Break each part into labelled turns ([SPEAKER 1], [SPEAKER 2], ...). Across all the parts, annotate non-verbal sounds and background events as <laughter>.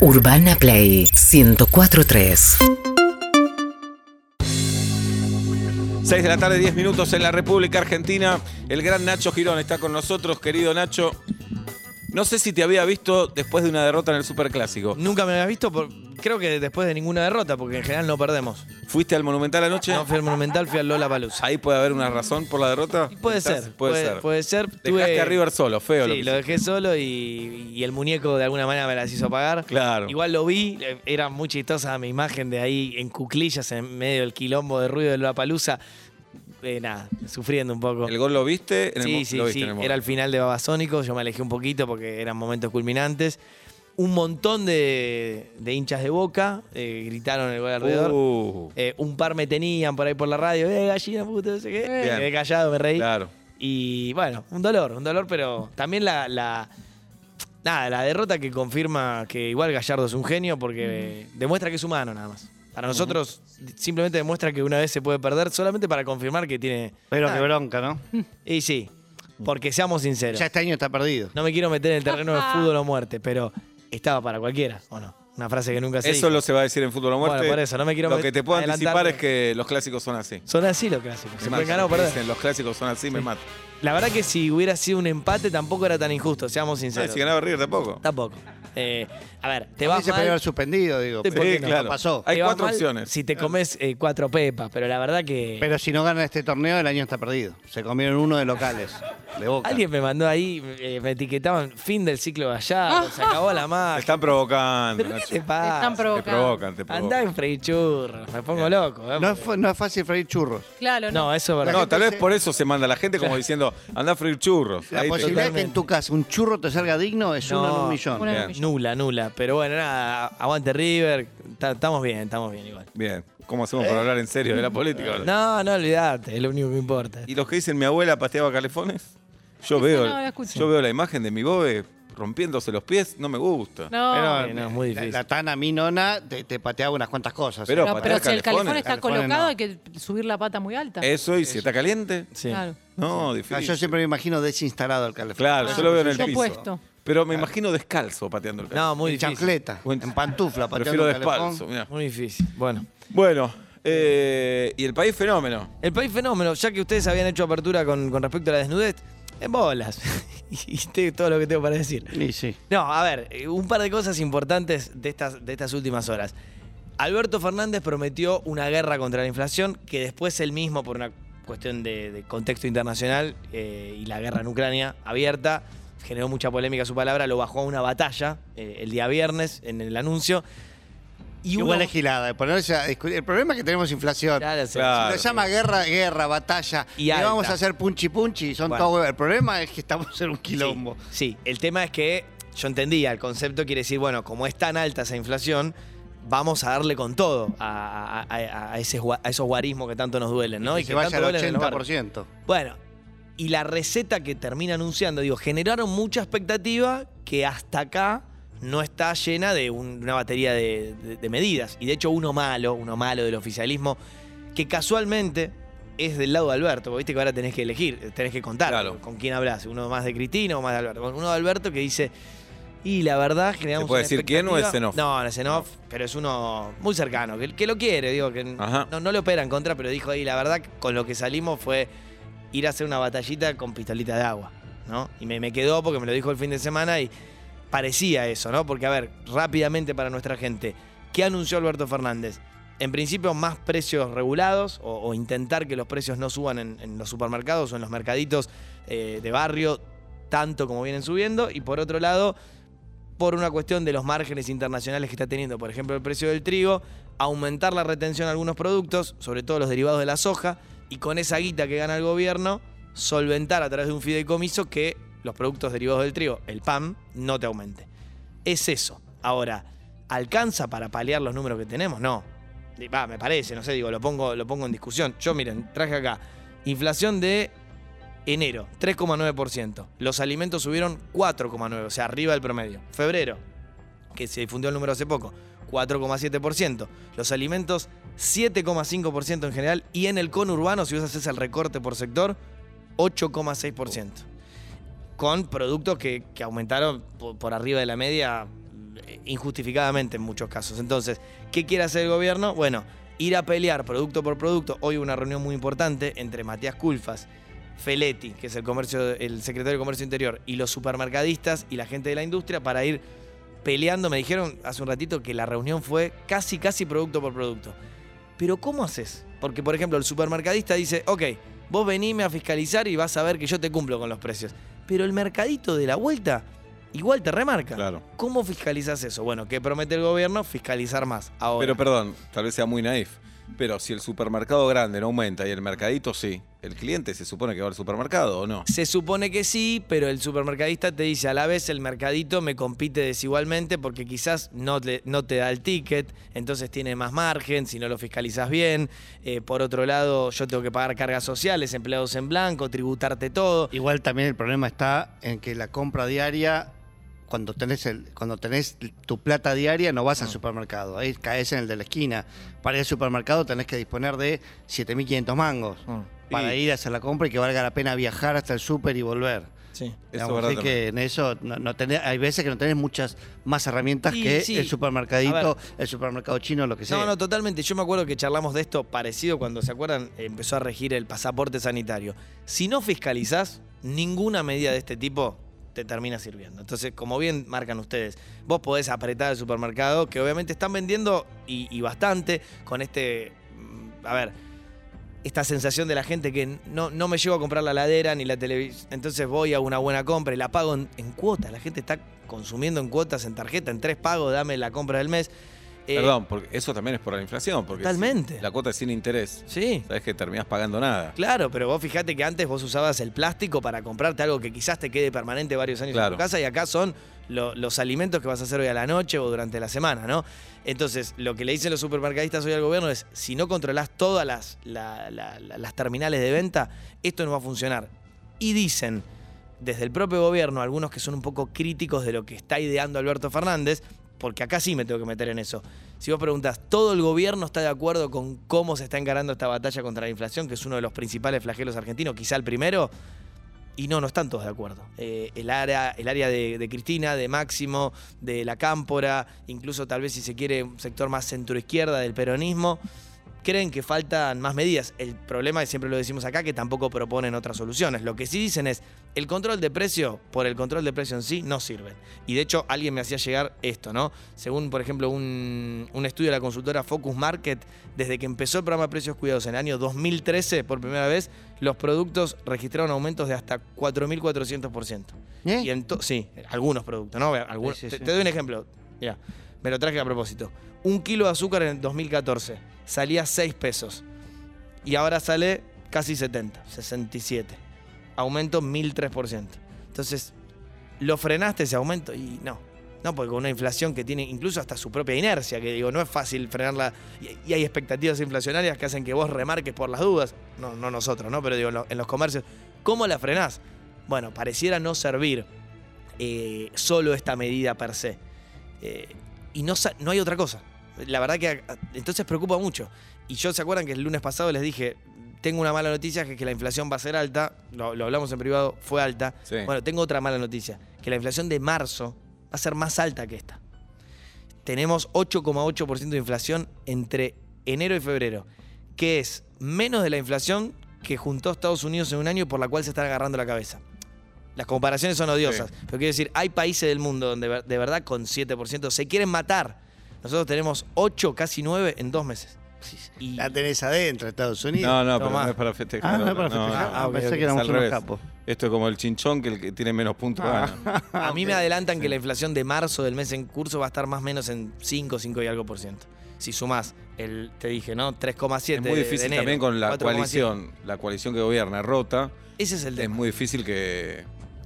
[SPEAKER 1] Urbana Play 1043.
[SPEAKER 2] 6 de la tarde, 10 minutos en la República Argentina. El gran Nacho Girón está con nosotros, querido Nacho. No sé si te había visto después de una derrota en el Superclásico.
[SPEAKER 3] <laughs> Nunca me habías visto, por- creo que después de ninguna derrota, porque en general no perdemos.
[SPEAKER 2] ¿Fuiste al Monumental anoche?
[SPEAKER 3] No fui al Monumental, fui al Lola Palusa.
[SPEAKER 2] Ahí puede haber una razón por la derrota.
[SPEAKER 3] Puede
[SPEAKER 2] Quizás,
[SPEAKER 3] ser,
[SPEAKER 2] Puede ser.
[SPEAKER 3] Puede ser.
[SPEAKER 2] Dejaste
[SPEAKER 3] Tuve-
[SPEAKER 2] a River solo, feo. lo
[SPEAKER 3] Sí,
[SPEAKER 2] que
[SPEAKER 3] lo
[SPEAKER 2] hiciste.
[SPEAKER 3] dejé solo y, y el muñeco de alguna manera me las hizo pagar.
[SPEAKER 2] Claro.
[SPEAKER 3] Igual lo vi, eh, era muy chistosa mi imagen de ahí en cuclillas en medio del quilombo de ruido de Lola Palusa. Eh, nada, sufriendo un poco.
[SPEAKER 2] ¿El gol lo viste? En el
[SPEAKER 3] sí,
[SPEAKER 2] mo-
[SPEAKER 3] sí,
[SPEAKER 2] lo viste
[SPEAKER 3] sí.
[SPEAKER 2] en el mo-
[SPEAKER 3] Era el final de Babasónicos. Yo me alejé un poquito porque eran momentos culminantes. Un montón de, de hinchas de boca eh, gritaron el gol alrededor.
[SPEAKER 2] Uh,
[SPEAKER 3] Eh, un par me tenían por ahí por la radio. ¡Eh, gallina, puta! No sé qué. Me
[SPEAKER 2] Bien.
[SPEAKER 3] quedé callado, me reí.
[SPEAKER 2] claro.
[SPEAKER 3] Y bueno, un dolor, un dolor, pero también la. la- nada, la derrota que confirma que igual Gallardo es un genio porque eh,
[SPEAKER 2] Mm.
[SPEAKER 3] demuestra que es humano nada más. Para nosotros simplemente demuestra que una vez se puede perder solamente para confirmar que tiene...
[SPEAKER 4] Pero
[SPEAKER 3] nada,
[SPEAKER 4] qué bronca, ¿no?
[SPEAKER 3] y sí,
[SPEAKER 2] Mm.
[SPEAKER 3] porque seamos sinceros.
[SPEAKER 4] Ya este año está perdido.
[SPEAKER 3] No me quiero meter en el
[SPEAKER 2] <laughs>
[SPEAKER 3] terreno de fútbol o muerte, pero estaba para cualquiera, ¿o no? Una frase que nunca se
[SPEAKER 2] Eso
[SPEAKER 3] dijo.
[SPEAKER 2] lo se va a decir en Fútbol o
[SPEAKER 3] Bueno,
[SPEAKER 2] Muerte.
[SPEAKER 3] por eso, no me quiero
[SPEAKER 2] Lo
[SPEAKER 3] met-
[SPEAKER 2] que te puedo anticipar
[SPEAKER 3] adelantarme.
[SPEAKER 2] es que los clásicos son así.
[SPEAKER 3] Son así los clásicos.
[SPEAKER 2] Me
[SPEAKER 3] Se pueden
[SPEAKER 2] matan,
[SPEAKER 3] ganar o
[SPEAKER 2] me
[SPEAKER 3] perder.
[SPEAKER 2] dicen, los clásicos son así, me mata.
[SPEAKER 3] La verdad que si hubiera sido un empate tampoco era tan injusto, seamos
[SPEAKER 2] No, y
[SPEAKER 3] sinceros.
[SPEAKER 2] si ganaba River tampoco.
[SPEAKER 3] Tampoco. Eh, a ver, te
[SPEAKER 4] A mí
[SPEAKER 3] vas
[SPEAKER 4] se podría
[SPEAKER 3] mal,
[SPEAKER 4] haber suspendido, digo.
[SPEAKER 3] Sí,
[SPEAKER 4] pero
[SPEAKER 3] porque
[SPEAKER 2] Sí,
[SPEAKER 3] no
[SPEAKER 2] claro.
[SPEAKER 4] pasó.
[SPEAKER 2] Hay
[SPEAKER 3] te va
[SPEAKER 2] cuatro
[SPEAKER 3] mal
[SPEAKER 2] opciones.
[SPEAKER 3] Si te comes eh, cuatro pepas, pero la verdad que
[SPEAKER 4] Pero si no ganan este torneo, el año está perdido. Se comieron uno de locales, de Boca.
[SPEAKER 3] alguien me mandó ahí, eh, me etiquetaban fin del ciclo Gallardo, se acabó la
[SPEAKER 2] Te
[SPEAKER 3] magia.
[SPEAKER 2] están provocando.
[SPEAKER 3] ¿Pero qué
[SPEAKER 2] Nacho.
[SPEAKER 3] te
[SPEAKER 5] Ah. Te
[SPEAKER 3] pasa?
[SPEAKER 5] están
[SPEAKER 2] Te
[SPEAKER 5] provocando.
[SPEAKER 2] provocan, te provocan.
[SPEAKER 3] Andá en freír churros, me pongo loco. eh,
[SPEAKER 4] No es,
[SPEAKER 3] porque-
[SPEAKER 4] fa- no es fácil freír churros.
[SPEAKER 5] Claro, no.
[SPEAKER 3] No, eso es verdad.
[SPEAKER 2] No, tal vez
[SPEAKER 4] se-
[SPEAKER 2] por eso se manda la gente como diciendo, anda a freír churros.
[SPEAKER 4] La
[SPEAKER 2] Ahí te-
[SPEAKER 4] posibilidad de que en tu casa un churro te salga digno es uno en
[SPEAKER 3] No.
[SPEAKER 4] un millón.
[SPEAKER 5] Una en un
[SPEAKER 2] Bien.
[SPEAKER 5] millón.
[SPEAKER 3] Nula, nula. Pero bueno, nada, aguante River. ta- Estamos bien, estamos bien igual.
[SPEAKER 2] Bien, ¿cómo hacemos
[SPEAKER 4] Eh.
[SPEAKER 2] para hablar en serio de la política? ahora?
[SPEAKER 3] No, no olvidate, es lo único que importa.
[SPEAKER 2] Y los que dicen, mi abuela pateaba calefones, yo veo,
[SPEAKER 5] no la escuché.
[SPEAKER 2] yo veo la imagen de mi bobe rompiéndose los pies, no me gusta.
[SPEAKER 5] No,
[SPEAKER 4] Pero,
[SPEAKER 3] Sí, no, es muy
[SPEAKER 4] la-
[SPEAKER 3] difícil.
[SPEAKER 4] La, tana, mi nona, te, te pateaba unas cuantas cosas. ¿eh?
[SPEAKER 2] Pero-
[SPEAKER 5] No,
[SPEAKER 2] patear
[SPEAKER 5] pero si el calefón
[SPEAKER 2] calefones.
[SPEAKER 5] está
[SPEAKER 4] Calefones
[SPEAKER 5] colocado,
[SPEAKER 4] no.
[SPEAKER 5] hay que subir la pata muy alta.
[SPEAKER 2] Eso, y si está caliente,
[SPEAKER 3] Sí.
[SPEAKER 5] Claro.
[SPEAKER 2] no,
[SPEAKER 4] O sea, Ah, yo
[SPEAKER 2] difícil.
[SPEAKER 4] siempre me imagino desinstalado el calefón.
[SPEAKER 2] Claro,
[SPEAKER 5] Ah,
[SPEAKER 2] yo lo veo en el
[SPEAKER 5] yo
[SPEAKER 2] piso.
[SPEAKER 5] puesto.
[SPEAKER 2] Pero me imagino descalzo pateando el
[SPEAKER 3] No,
[SPEAKER 2] calefón.
[SPEAKER 3] muy
[SPEAKER 4] en
[SPEAKER 3] difícil.
[SPEAKER 4] chancleta,
[SPEAKER 2] Buen-
[SPEAKER 4] en pantufla, pateando
[SPEAKER 2] Prefiero
[SPEAKER 4] el calefón.
[SPEAKER 2] descalzo, mirá.
[SPEAKER 3] Muy difícil. Bueno.
[SPEAKER 2] Bueno, eh, y el país fenómeno.
[SPEAKER 3] El país fenómeno, ya que ustedes habían hecho apertura con, con respecto a la desnudez, en bolas. <laughs> y te- todo lo que tengo para decir.
[SPEAKER 4] Y sí.
[SPEAKER 3] No, a ver, eh, un par de cosas importantes de estas, de estas últimas horas. Alberto Fernández prometió una guerra contra la inflación que después él mismo, por una cuestión de, de contexto internacional eh, y la guerra en Ucrania abierta, generó mucha polémica su palabra, lo bajó a una batalla eh, el día viernes en el anuncio. Y
[SPEAKER 4] Igual
[SPEAKER 3] hubo-
[SPEAKER 4] es gilada. de ponerse a discutir. El problema es que tenemos inflación.
[SPEAKER 3] Ya lo sé.
[SPEAKER 2] Claro.
[SPEAKER 4] Se lo llama guerra, guerra, batalla.
[SPEAKER 3] Y
[SPEAKER 4] Y
[SPEAKER 3] alta.
[SPEAKER 4] vamos a hacer punchi punchi. Son
[SPEAKER 3] Bueno.
[SPEAKER 4] todo huevo. El problema es que estamos en un quilombo.
[SPEAKER 3] Sí, sí. el tema es que yo entendía, el concepto quiere decir, bueno, como es tan alta esa inflación, vamos a darle con todo a, a- a- a ese gua- a esos guarismos que tanto nos duelen, ¿no?
[SPEAKER 4] Que se vaya
[SPEAKER 3] tanto
[SPEAKER 4] al
[SPEAKER 3] duelen en los barrios.
[SPEAKER 4] 80%.
[SPEAKER 3] Bueno, y la receta que termina anunciando, digo, generaron mucha expectativa que hasta acá no está llena de un- una batería de, de- de medidas. Y de hecho, uno malo, uno malo del oficialismo, que casualmente es del lado de Alberto, porque viste que ahora tenés que elegir, tenés que contar
[SPEAKER 2] Claro.
[SPEAKER 3] con quién hablas, uno más de Cristina o más de Alberto. Bueno, uno de Alberto que dice, y la verdad generamos...
[SPEAKER 2] ¿Se puede
[SPEAKER 3] una
[SPEAKER 2] decir quién o es
[SPEAKER 3] expectativa".
[SPEAKER 2] Zenoff?
[SPEAKER 3] No, no es Zenoff, pero es uno muy cercano, que, que lo quiere, digo, que
[SPEAKER 2] Ajá.
[SPEAKER 3] no, no le opera en contra, pero dijo, y la verdad con lo que salimos fue ir a hacer una batallita con pistolita de agua, ¿no? Y me, me quedó porque me lo dijo el fin de semana y parecía eso, ¿no? Porque, a ver, rápidamente para nuestra gente, ¿qué anunció Alberto Fernández? En principio, más precios regulados o, o intentar que los precios no suban en, en los supermercados o en los mercaditos eh, de barrio tanto como vienen subiendo. Y por otro lado, por una cuestión de los márgenes internacionales que está teniendo, por ejemplo, el precio del trigo, aumentar la retención a algunos productos, sobre todo los derivados de la soja, y con esa guita que gana el gobierno, solventar a través de un fideicomiso que los productos derivados del trigo, el PAN, no te aumente. Es eso. Ahora, ¿alcanza para paliar los números que tenemos? No. Y, Va, me parece, no sé, digo, lo pongo, lo pongo en discusión. Yo, miren, traje acá. Inflación de Enero, 3,9%. Los alimentos subieron 4,9%, o sea, arriba del promedio. Febrero, que se difundió el número hace poco, 4,7%. Los alimentos, 7,5% en general. Y en el conurbano, si vos haces el recorte por sector, 8,6%. Con productos que, que aumentaron po- por, arriba de la media eh, injustificadamente en muchos casos. Entonces, ¿qué quiere hacer el gobierno? Bueno, ir a pelear producto por producto. Hoy hubo una reunión muy importante entre Matías Culfas, Feletti, que es el, comercio, el secretario de Comercio Interior, y los supermercadistas y la gente de la industria para ir peleando. Me dijeron hace un ratito que la reunión fue casi, casi producto por producto. Pero ¿cómo haces? Porque, por ejemplo, el supermercadista dice, ok, vos venime a fiscalizar y vas a ver que yo te cumplo con los precios. Pero el mercadito de la vuelta igual te remarca.
[SPEAKER 2] Claro.
[SPEAKER 3] ¿Cómo fiscalizas eso? Bueno, ¿qué promete el gobierno? Fiscalizar más. Ahora,
[SPEAKER 2] Pero perdón, tal vez sea muy naif. Pero si el supermercado grande no aumenta y el mercadito sí, el cliente se supone que va al supermercado o no.
[SPEAKER 3] Se supone que sí, pero el supermercadista te dice a la vez el mercadito me compite desigualmente porque quizás no, le- no te da el ticket, entonces tiene más margen si no lo fiscalizas bien. Eh, por otro lado, yo tengo que pagar cargas sociales, empleados en blanco, tributarte todo.
[SPEAKER 4] Igual también el problema está en que la compra diaria, cuando tenés el, cuando tenés tu plata diaria, no vas al supermercado. Ahí caes en el de la esquina. Para ir al supermercado tenés que disponer de 7.500 mangos para
[SPEAKER 2] Y-
[SPEAKER 4] ir a hacer la compra y que valga la pena viajar hasta el súper y volver.
[SPEAKER 3] Sí.
[SPEAKER 2] Eso es
[SPEAKER 4] Digamos,
[SPEAKER 2] verdad
[SPEAKER 4] así
[SPEAKER 2] también.
[SPEAKER 4] que en eso no, no tenés- hay veces que no tenés muchas más herramientas
[SPEAKER 3] Y
[SPEAKER 4] que
[SPEAKER 3] sí.
[SPEAKER 4] el
[SPEAKER 3] A
[SPEAKER 4] supermercadito,
[SPEAKER 3] ver.
[SPEAKER 4] el supermercado chino, lo que sea.
[SPEAKER 3] No, no, totalmente. Yo me acuerdo que charlamos de esto parecido cuando, ¿se acuerdan? Empezó a regir el pasaporte sanitario. Si no fiscalizás, ninguna medida de este tipo te termina sirviendo. Entonces, como bien marcan ustedes, vos podés apretar al supermercado, que obviamente están vendiendo y, y bastante con este, mm, a ver, esta sensación de la gente que no, no me llevo a comprar la ladera ni la televisión, entonces voy a una buena compra y la pago en, en cuotas. La gente está consumiendo en cuotas, en tarjeta, en tres pagos, dame la compra del mes. Eh,
[SPEAKER 2] Perdón, porque eso también es por la inflación. Porque si
[SPEAKER 3] Totalmente.
[SPEAKER 2] la cuota es sin interés.
[SPEAKER 3] Sí.
[SPEAKER 2] Sabes que terminás pagando nada.
[SPEAKER 3] Claro, pero vos fijate que antes vos usabas el plástico para comprarte algo que quizás te quede permanente varios años en
[SPEAKER 2] Claro.
[SPEAKER 3] tu casa y acá son lo- los alimentos que vas a hacer hoy a la noche o durante la semana, ¿no? Entonces, lo que le dicen los supermercadistas hoy al gobierno es, si no controlás todas las, la- la- la- las terminales de venta, esto no va a funcionar. Y dicen, desde el propio gobierno, algunos que son un poco críticos de lo que está ideando Alberto Fernández, porque acá sí me tengo que meter en eso. Si vos preguntás, ¿todo el gobierno está de acuerdo con cómo se está encarando esta batalla contra la inflación, que es uno de los principales flagelos argentinos, quizá el primero? Y no, no están todos de acuerdo. Eh, el área, el área de, de Cristina, de Máximo, de la Cámpora, incluso tal vez si se quiere un sector más centroizquierda del peronismo, creen que faltan más medidas. El problema, y siempre lo decimos acá, que tampoco proponen otras soluciones. Lo que sí dicen es, el control de precio, por el control de precio en sí, no sirve. Y de hecho, alguien me hacía llegar esto, ¿no? Según, por ejemplo, un, un estudio de la consultora Focus Market, desde que empezó el programa Precios Cuidados en el año 2013, por primera vez, los productos registraron aumentos de hasta 4.400%.
[SPEAKER 4] ¿Eh?
[SPEAKER 3] Y ento- sí, algunos productos, ¿no? Algunos-
[SPEAKER 4] Sí, sí,
[SPEAKER 3] te,
[SPEAKER 4] sí.
[SPEAKER 3] te doy un ejemplo. Mira, me lo traje a propósito. Un kilo de azúcar en el 2014 salía 6 pesos y ahora sale casi 70, 67. Aumento 1003%. Entonces, lo frenaste ese aumento y no. No, porque con una inflación que tiene incluso hasta su propia inercia, que digo, no es fácil frenarla. Y, y hay expectativas inflacionarias que hacen que vos remarques por las dudas. No, no nosotros, ¿no? Pero digo, en lo- en los comercios. ¿Cómo la frenás? Bueno, pareciera no servir eh, solo esta medida per se. Eh, y no, sa- no hay otra cosa. La verdad que a- a- entonces preocupa mucho. Y yo, ¿se acuerdan que el lunes pasado les dije, tengo una mala noticia, que es que la inflación va a ser alta, lo, lo hablamos en privado, fue alta.
[SPEAKER 2] Sí.
[SPEAKER 3] Bueno, tengo otra mala noticia, que la inflación de marzo va a ser más alta que esta. Tenemos 8,8% de inflación entre enero y febrero, que es menos de la inflación que juntó Estados Unidos en un año y por la cual se están agarrando la cabeza. Las comparaciones son odiosas.
[SPEAKER 2] Sí.
[SPEAKER 3] Pero quiero decir, hay países del mundo donde ver- de verdad con 7% se quieren matar. Nosotros tenemos 8, casi 9 en dos meses. Y-
[SPEAKER 4] La tenés adentro, Estados Unidos.
[SPEAKER 2] No, no, pero
[SPEAKER 3] Tomá.
[SPEAKER 2] no es para
[SPEAKER 4] Ah,
[SPEAKER 2] festejar.
[SPEAKER 4] no, para festejar.
[SPEAKER 2] no.
[SPEAKER 4] Ah,
[SPEAKER 3] ok,
[SPEAKER 4] pensé
[SPEAKER 3] ok,
[SPEAKER 4] que
[SPEAKER 2] Es
[SPEAKER 4] éramos
[SPEAKER 2] al
[SPEAKER 4] unos
[SPEAKER 2] revés.
[SPEAKER 4] capos. Ah,
[SPEAKER 2] Esto es como el chinchón que el que tiene menos puntos
[SPEAKER 4] <laughs>
[SPEAKER 2] gana.
[SPEAKER 3] a
[SPEAKER 2] <laughs>
[SPEAKER 3] mí me adelantan que la inflación de marzo del mes en curso va a estar más o menos en 5, 5 y algo por ciento. Si sumás, el, te dije, ¿no? 3,7.
[SPEAKER 2] Es muy
[SPEAKER 3] de- de
[SPEAKER 2] difícil
[SPEAKER 3] enero,
[SPEAKER 2] también con la
[SPEAKER 3] 4,7.
[SPEAKER 2] coalición, la coalición que gobierna rota.
[SPEAKER 3] Ese es el
[SPEAKER 2] Es
[SPEAKER 3] tema.
[SPEAKER 2] muy difícil que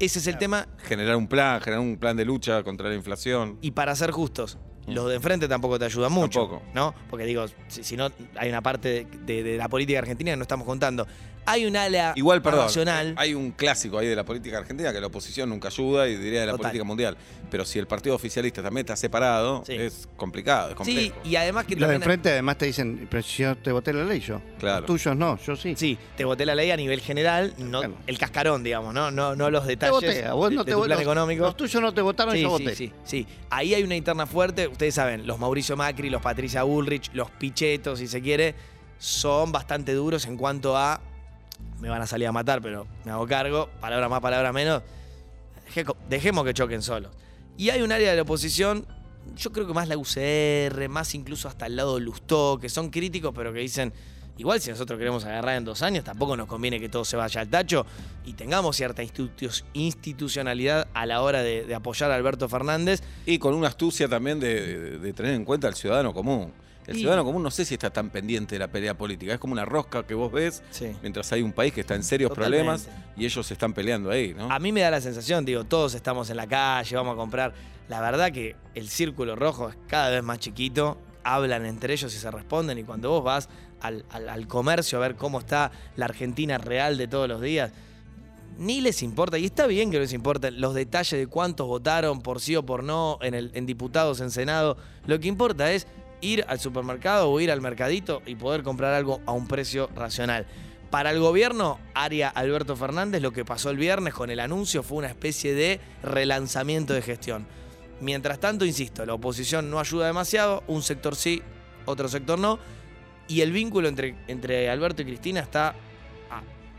[SPEAKER 3] Ese es el tema.
[SPEAKER 2] generar un plan, generar un plan de lucha contra la inflación.
[SPEAKER 3] Y para ser justos, los de enfrente tampoco te ayudan mucho.
[SPEAKER 2] Mm. Tampoco.
[SPEAKER 3] ¿No? Porque digo, si, si no, hay una parte de, de- de la política argentina que no estamos contando. Hay un ala
[SPEAKER 2] Igual, perdón. eh,
[SPEAKER 3] nacional.
[SPEAKER 2] Hay un clásico ahí de la política argentina que la oposición nunca ayuda y diría de la
[SPEAKER 3] Total.
[SPEAKER 2] política mundial. Pero si el partido oficialista también está separado,
[SPEAKER 3] Sí.
[SPEAKER 2] es complicado, es
[SPEAKER 3] sí,
[SPEAKER 2] complejo.
[SPEAKER 3] y además que
[SPEAKER 4] Los de
[SPEAKER 3] también.
[SPEAKER 4] enfrente además te dicen, pero si yo te voté la ley yo.
[SPEAKER 2] Claro.
[SPEAKER 4] Los tuyos no, yo sí.
[SPEAKER 3] Sí, te voté la ley a nivel general, no,
[SPEAKER 4] Claro.
[SPEAKER 3] el cascarón, digamos, ¿no? No, no los
[SPEAKER 4] Te
[SPEAKER 3] detalles
[SPEAKER 4] voté, a vos
[SPEAKER 3] de-
[SPEAKER 4] no
[SPEAKER 3] de
[SPEAKER 4] te
[SPEAKER 3] tu
[SPEAKER 4] vo-
[SPEAKER 3] plan
[SPEAKER 4] los-
[SPEAKER 3] económico.
[SPEAKER 4] Los tuyos no te votaron y
[SPEAKER 3] Sí,
[SPEAKER 4] yo
[SPEAKER 3] sí,
[SPEAKER 4] voté.
[SPEAKER 3] sí, sí. Ahí hay una interna fuerte. Ustedes saben, los Mauricio Macri, los Patricia Bullrich, los Pichetos, si se quiere, son bastante duros en cuanto a. Me van a salir a matar, pero me hago cargo. Palabra más, palabra menos. Deje- Dejemos que choquen solos. Y hay un área de la oposición, yo creo que más la UCR, más incluso hasta el lado de Lustó, que son críticos, pero que dicen. Igual si nosotros queremos agarrar en dos años, tampoco nos conviene que todo se vaya al tacho y tengamos cierta institu- institucionalidad a la hora de, de apoyar a Alberto Fernández.
[SPEAKER 2] Y con una astucia también de, de- de tener en cuenta al ciudadano común. El
[SPEAKER 5] Y-
[SPEAKER 2] ciudadano común no sé si está tan pendiente de la pelea política. Es como una rosca que vos ves
[SPEAKER 3] Sí.
[SPEAKER 2] mientras hay un país que está en serios
[SPEAKER 3] Totalmente.
[SPEAKER 2] problemas y ellos se están peleando ahí, ¿no?
[SPEAKER 3] A mí me da la sensación, digo, todos estamos en la calle, vamos a comprar. La verdad que el círculo rojo es cada vez más chiquito, hablan entre ellos y se responden y cuando vos vas al, al- al comercio a ver cómo está la Argentina real de todos los días, ni les importa, y está bien que no les importen los detalles de cuántos votaron por sí o por no en, el, en diputados, en Senado, lo que importa es ir al supermercado o ir al mercadito y poder comprar algo a un precio racional. Para el gobierno, área Alberto Fernández, lo que pasó el viernes con el anuncio fue una especie de relanzamiento de gestión. Mientras tanto, insisto, la oposición no ayuda demasiado, un sector sí, otro sector no, y el vínculo entre, entre Alberto y Cristina está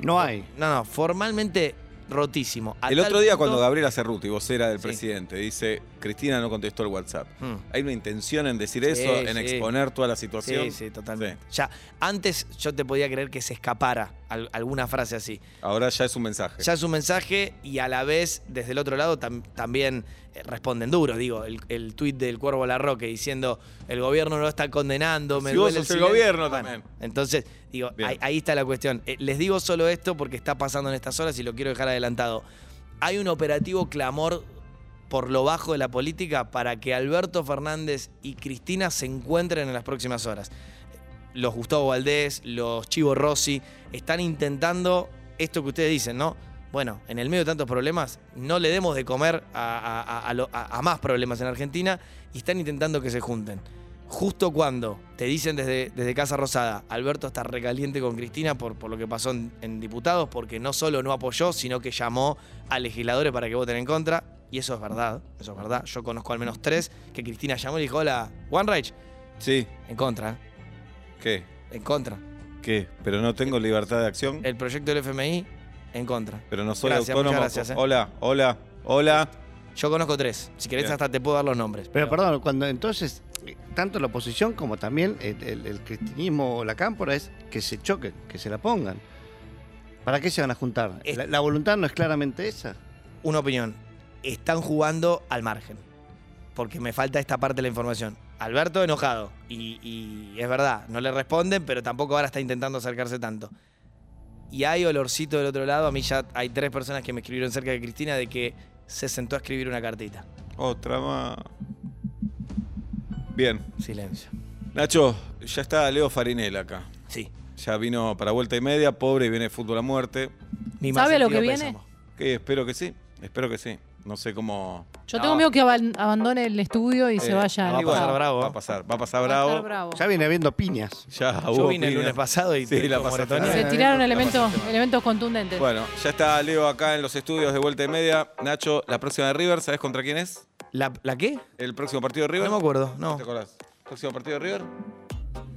[SPEAKER 4] No hay.
[SPEAKER 3] no, no, formalmente rotísimo. A
[SPEAKER 2] el
[SPEAKER 3] tal
[SPEAKER 2] otro día
[SPEAKER 3] punto-
[SPEAKER 2] cuando Gabriela Cerruti, vocera del
[SPEAKER 3] Sí.
[SPEAKER 2] presidente, dice, Cristina no contestó el WhatsApp.
[SPEAKER 3] Mm.
[SPEAKER 2] Hay una intención en decir
[SPEAKER 3] Sí,
[SPEAKER 2] eso, en
[SPEAKER 3] sí.
[SPEAKER 2] exponer toda la situación.
[SPEAKER 3] Sí, sí, totalmente. Ya, antes yo te podía creer que se escapara al- alguna frase así.
[SPEAKER 2] Ahora ya es un mensaje.
[SPEAKER 3] Ya es un mensaje y a la vez, desde el otro lado, tam- también eh, responden duro. Digo, el, el tuit del Cuervo Larroque diciendo el gobierno lo está condenando. Me
[SPEAKER 2] Si vos
[SPEAKER 3] duele
[SPEAKER 2] sos el
[SPEAKER 3] silencio".
[SPEAKER 2] gobierno también.
[SPEAKER 3] Entonces, digo,
[SPEAKER 2] Bien.
[SPEAKER 3] ahí, ahí está la cuestión. Eh, les digo solo esto porque está pasando en estas horas y lo quiero dejar adelantado. Hay un operativo clamor por lo bajo de la política para que Alberto Fernández y Cristina se encuentren en las próximas horas. Los Gustavo Valdés, los Chivo Rossi, están intentando esto que ustedes dicen, ¿no? Bueno, en el medio de tantos problemas, no le demos de comer a, a- a- a lo- a- a más problemas en Argentina y están intentando que se junten. Justo cuando te dicen desde, desde Casa Rosada, Alberto está recaliente con Cristina por, por lo que pasó en, en diputados, porque no solo no apoyó, sino que llamó a legisladores para que voten en contra. Y eso es verdad, eso es verdad. Yo conozco al menos tres que Cristina llamó y dijo, hola, One Reich,
[SPEAKER 2] Sí,
[SPEAKER 3] en contra, ¿eh?
[SPEAKER 2] ¿qué?
[SPEAKER 3] en contra.
[SPEAKER 2] ¿Qué? Pero no tengo libertad de acción,
[SPEAKER 3] El proyecto del FMI, en contra.
[SPEAKER 2] pero no soy
[SPEAKER 3] Eh, Gracias,
[SPEAKER 2] autónomo.
[SPEAKER 3] muchas gracias, eh.
[SPEAKER 2] Hola, hola, hola.
[SPEAKER 3] Yo conozco tres. Si querés
[SPEAKER 2] Bien.
[SPEAKER 3] hasta te puedo dar los nombres.
[SPEAKER 4] Pero perdón, cuando entonces, eh, tanto la oposición como también el, el- el cristianismo o la cámpora es que se choquen, que se la pongan. ¿Para qué se van a juntar?
[SPEAKER 3] Es-
[SPEAKER 4] La, la voluntad no es claramente esa.
[SPEAKER 3] Una opinión. Están jugando al margen. Porque me falta esta parte de la información. Alberto enojado. Y, y es verdad, no le responden, pero tampoco ahora está intentando acercarse tanto. Y hay olorcito del otro lado. A mí ya hay tres personas que me escribieron cerca de Cristina de que se sentó a escribir una cartita.
[SPEAKER 2] Otra más. Bien.
[SPEAKER 3] Silencio.
[SPEAKER 2] Nacho, ya está Leo Farinel acá.
[SPEAKER 3] Sí.
[SPEAKER 2] Ya vino para vuelta y media, pobre, y viene fútbol a muerte.
[SPEAKER 3] Mi
[SPEAKER 5] ¿Sabe
[SPEAKER 3] más
[SPEAKER 5] a lo que
[SPEAKER 3] sentido
[SPEAKER 5] viene?
[SPEAKER 3] pésame.
[SPEAKER 2] Que espero que sí, espero que sí. No sé cómo.
[SPEAKER 5] Yo
[SPEAKER 3] No.
[SPEAKER 5] tengo miedo que aban- abandone el estudio y se
[SPEAKER 2] eh,
[SPEAKER 5] vaya.
[SPEAKER 3] no va a
[SPEAKER 5] al
[SPEAKER 3] pasar
[SPEAKER 5] pasado.
[SPEAKER 3] bravo.
[SPEAKER 2] Va a pasar, va a pasar
[SPEAKER 5] Va a
[SPEAKER 2] bravo.
[SPEAKER 5] estar bravo.
[SPEAKER 4] Ya viene habiendo piñas.
[SPEAKER 2] Ya
[SPEAKER 3] Yo
[SPEAKER 2] hubo
[SPEAKER 3] vine el
[SPEAKER 2] opinión.
[SPEAKER 3] lunes pasado y
[SPEAKER 2] Sí,
[SPEAKER 3] te-
[SPEAKER 2] la
[SPEAKER 3] como
[SPEAKER 2] pasaste.
[SPEAKER 3] ratoneé.
[SPEAKER 5] Se
[SPEAKER 4] Ah,
[SPEAKER 5] tiraron
[SPEAKER 2] eh,
[SPEAKER 4] la
[SPEAKER 5] elementos, elementos contundentes.
[SPEAKER 2] Bueno, ya está Leo acá en los estudios de vuelta y media. Nacho, la próxima de River, ¿sabes contra quién es?
[SPEAKER 3] ¿La, ¿La qué?
[SPEAKER 2] ¿El próximo partido de River?
[SPEAKER 3] No me acuerdo,
[SPEAKER 2] ¿No
[SPEAKER 3] no.
[SPEAKER 2] te acordás? ¿Próximo partido de River?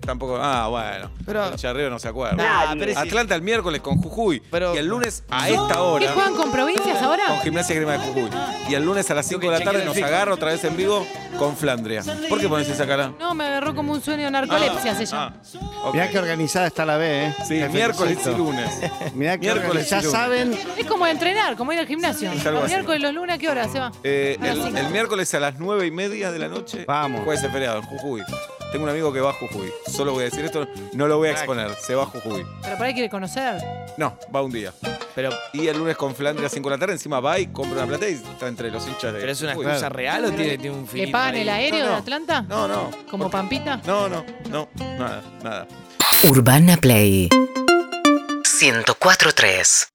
[SPEAKER 2] Tampoco. Ah, bueno.
[SPEAKER 3] Pero-
[SPEAKER 2] Pero. Ya River no se acuerda.
[SPEAKER 3] Nah, pero es-
[SPEAKER 2] Atlanta el miércoles con Jujuy.
[SPEAKER 3] Pero-
[SPEAKER 2] y el lunes a esta hora.
[SPEAKER 5] ¿Qué juegan con provincias ahora?
[SPEAKER 2] Con Gimnasia Grima de Jujuy. Y el lunes a las 5 de la tarde nos agarra otra vez en vivo con Flandria. ¿Por qué pones esa cara?
[SPEAKER 5] No, me agarró como un sueño de narcolepsia se llama.
[SPEAKER 2] Ah, ok.
[SPEAKER 4] Mirá qué organizada está la B, ¿eh?
[SPEAKER 2] Sí,
[SPEAKER 4] Te
[SPEAKER 2] miércoles y
[SPEAKER 4] felicito.
[SPEAKER 2] lunes.
[SPEAKER 4] Mirá qué
[SPEAKER 2] Miércoles y
[SPEAKER 4] organizada. Ya
[SPEAKER 2] lunes.
[SPEAKER 4] saben,
[SPEAKER 5] Es como entrenar, como ir al gimnasio.
[SPEAKER 2] ah. Es algo
[SPEAKER 5] Los
[SPEAKER 2] así.
[SPEAKER 5] miércoles, los lunes, ¿a qué hora se va?
[SPEAKER 2] Eh,
[SPEAKER 5] A las
[SPEAKER 2] el,
[SPEAKER 5] cinco.
[SPEAKER 2] el miércoles a las 9 y media de la noche.
[SPEAKER 4] Vamos.
[SPEAKER 2] Jueves de feriado en Jujuy. Tengo un amigo que va a Jujuy. Solo voy a decir esto, no lo voy a exponer. Se va a Jujuy.
[SPEAKER 5] Pero por ahí quiere conocer.
[SPEAKER 2] No, va un día.
[SPEAKER 3] Pero
[SPEAKER 2] Y el lunes con Flandria a 5 de la tarde, encima va y compra una plata y está entre los hinchas de.
[SPEAKER 3] ¿Pero es una
[SPEAKER 2] Jujuy.
[SPEAKER 3] excusa real o tiene, tiene un fin?
[SPEAKER 5] ¿Le pagan el aéreo
[SPEAKER 2] No, no.
[SPEAKER 5] de Atlanta?
[SPEAKER 2] No, no.
[SPEAKER 5] ¿Como Pampita?
[SPEAKER 2] No, no, no, nada, nada.
[SPEAKER 1] Urbana Play 104.3 104.3